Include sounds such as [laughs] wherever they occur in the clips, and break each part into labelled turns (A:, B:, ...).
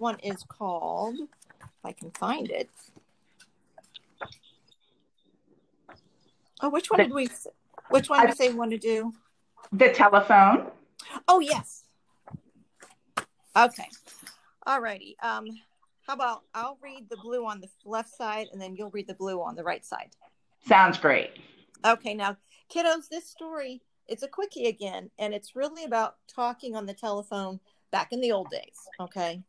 A: one is called, if I can find it. Oh, which one
B: The-
A: did we? Which one did they want to do?
B: The telephone.
A: Oh yes. Okay. All righty. Um, how about I'll read the blue on the left side, and then you'll read the blue on the right side.
B: Sounds great.
A: Okay, now, kiddos, this story, it's a quickie again, and it's really about talking on the telephone back in the old days. Okay.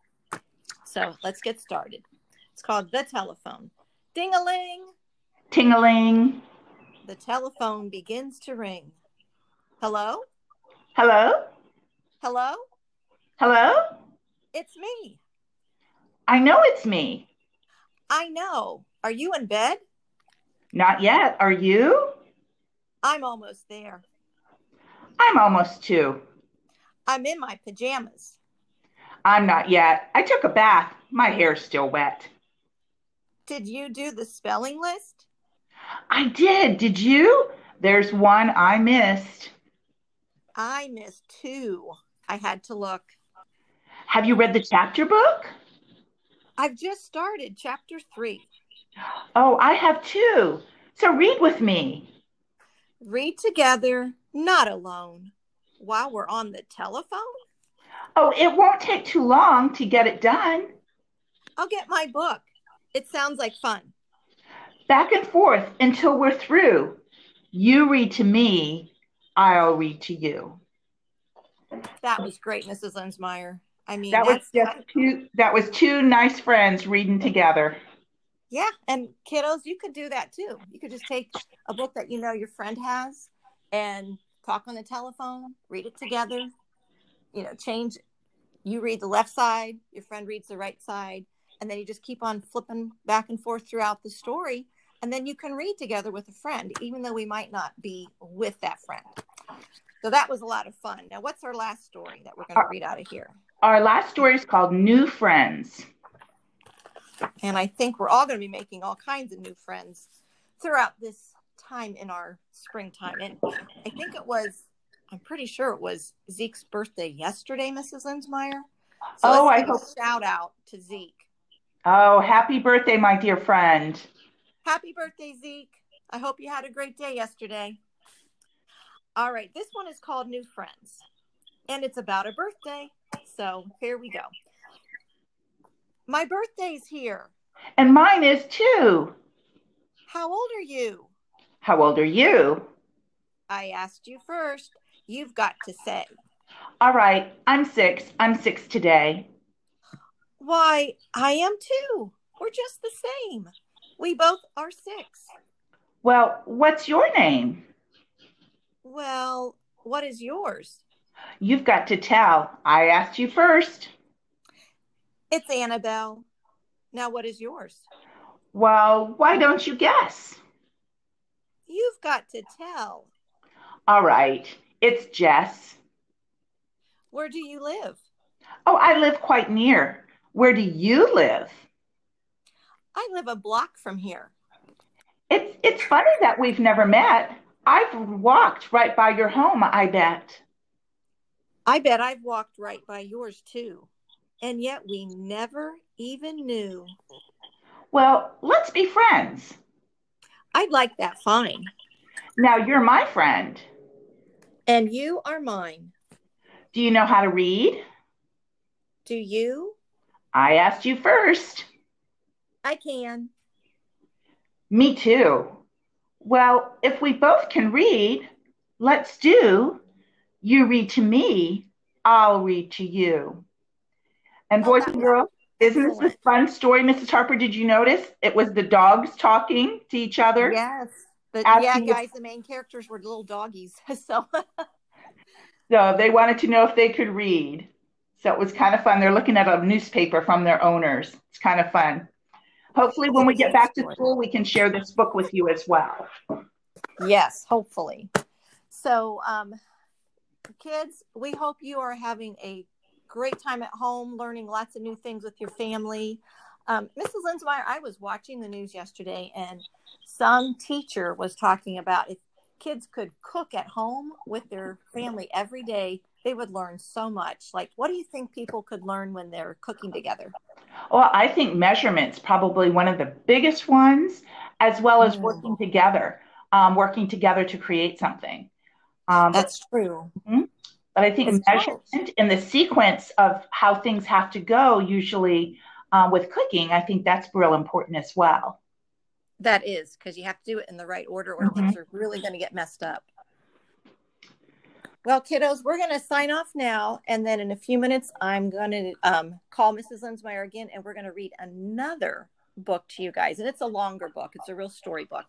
A: So let's get started. It's called The Telephone. Ding a ling,
B: Tingling.
A: the telephone begins to ring. Hello?
B: Hello?
A: Hello?
B: Hello?
A: It's me.
B: I know it's me.
A: I know. Are you in bed?
B: Not yet. Are you?
A: I'm almost there.
B: I'm almost two.
A: I'm in my pajamas.
B: I'm not yet. I took a bath. My hair's still wet.
A: Did you do the spelling list?
B: I did. Did you? There's one I missed.
A: I missed two. I had to look.
B: Have you read the chapter book?
A: I've just started chapter three.
B: Oh, I have too. So read with me.
A: Read together, not alone. While we're on the telephone,
B: Oh, it won't take too long to get it done.
A: I'll get my book. It sounds like fun.
B: Back and forth until we're through. You read to me, I'll read to you.
A: That was great, Mrs. Lensmeyer. I mean,
B: That was
A: that's,
B: just two that was two nice friends reading together.
A: yeah. And kiddos, you could do that too. You could just take a book that you know your friend has and talk on the telephone, read it together. You know, change. You read the left side, your friend reads the right side, and then you just keep on flipping back and forth throughout the story. And then you can read together with a friend, even though we might not be with that friend. So that was a lot of fun. Now, what's our last story that we're going to read out of here?
B: Our last story is called New Friends.
A: And I think we're all going to be making all kinds of new friends throughout this time in our springtime. And I think it was, I'm pretty sure it was Zeke's birthday yesterday, Mrs. Linsmeyer. So
B: Oh,
A: let's
B: I
A: give a
B: hope-
A: shout out to Zeke.
B: Oh, happy birthday, my dear friend.
A: Happy birthday, Zeke. I hope you had a great day yesterday. All right, this one is called New Friends, and it's about a birthday. So here we go. My birthday's here.
B: And mine is too.
A: How old are you?
B: How old are you?
A: I asked you first. You've got to say.
B: All right, I'm six. I'm six today.
A: Why, I am too. We're just the same. We both are six.
B: Well, what's your name?
A: Well, what is yours?
B: You've got to tell. I asked you first.
A: It's Annabelle. Now, what is yours?
B: Well, why don't you guess?
A: You've got to tell.
B: All right, it's Jess.
A: Where do you live?
B: Oh, I live quite near. Where do you live?
A: I live a block from here.
B: It's it's funny that we've never met. I've walked right by your home, I bet.
A: I bet I've walked right by yours too. And yet we never even knew.
B: Well, let's be friends.
A: I'd like that fine.
B: Now you're my friend.
A: And you are mine.
B: Do you know how to read?
A: Do you?
B: I asked you first.
A: I can.
B: Me too. Well, if we both can read, let's do. You read to me, I'll read to you. And
A: Well,
B: boys
A: that
B: and
A: was
B: girls, isn't this a
A: excellent.
B: fun story, Mrs. Harper? Did you notice it was the dogs talking to each other?
A: Yes. But yeah,
B: Asking if-
A: guys, the main characters were little doggies. [laughs] So
B: So they wanted to know if they could read. So it was kind of fun. They're looking at a newspaper from their owners. It's kind of fun. Hopefully, when we get back to school, we can share this book with you as well.
A: Yes, hopefully. So, um, kids, we hope you are having a great time at home, learning lots of new things with your family. Um, Mrs. Linsmeyer, I was watching the news yesterday, and some teacher was talking about if kids could cook at home with their family every day, they would learn so much. Like, what do you think people could learn when they're cooking together?
B: Well, I think measurement's probably one of the biggest ones, as well as
A: Mm.
B: working together, um, working together to create something. Um, but,
A: That's true.
B: but I think
A: It's
B: measurement and the sequence of how things have to go, usually uh, with cooking, I think that's real important as well.
A: That is because you have to do it in the right order, or
B: Mhm.
A: things are really going to get messed up. Well, kiddos, we're going to sign off now, and then in a few minutes, I'm going to um, call Mrs. Linsmeyer again, and we're going to read another book to you guys. And it's a longer book; it's a real story book,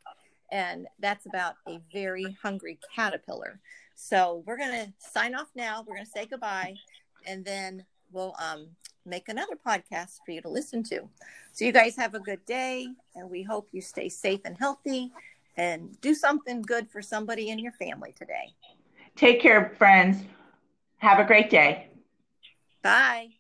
A: and that's about a very hungry caterpillar. So we're going to sign off now. We're going to say goodbye, and then we'll um, make another podcast for you to listen to. So you guys have a good day, and we hope you stay safe and healthy, and do something good for somebody in your family today.
B: Take care, friends. Have a great day.
A: Bye.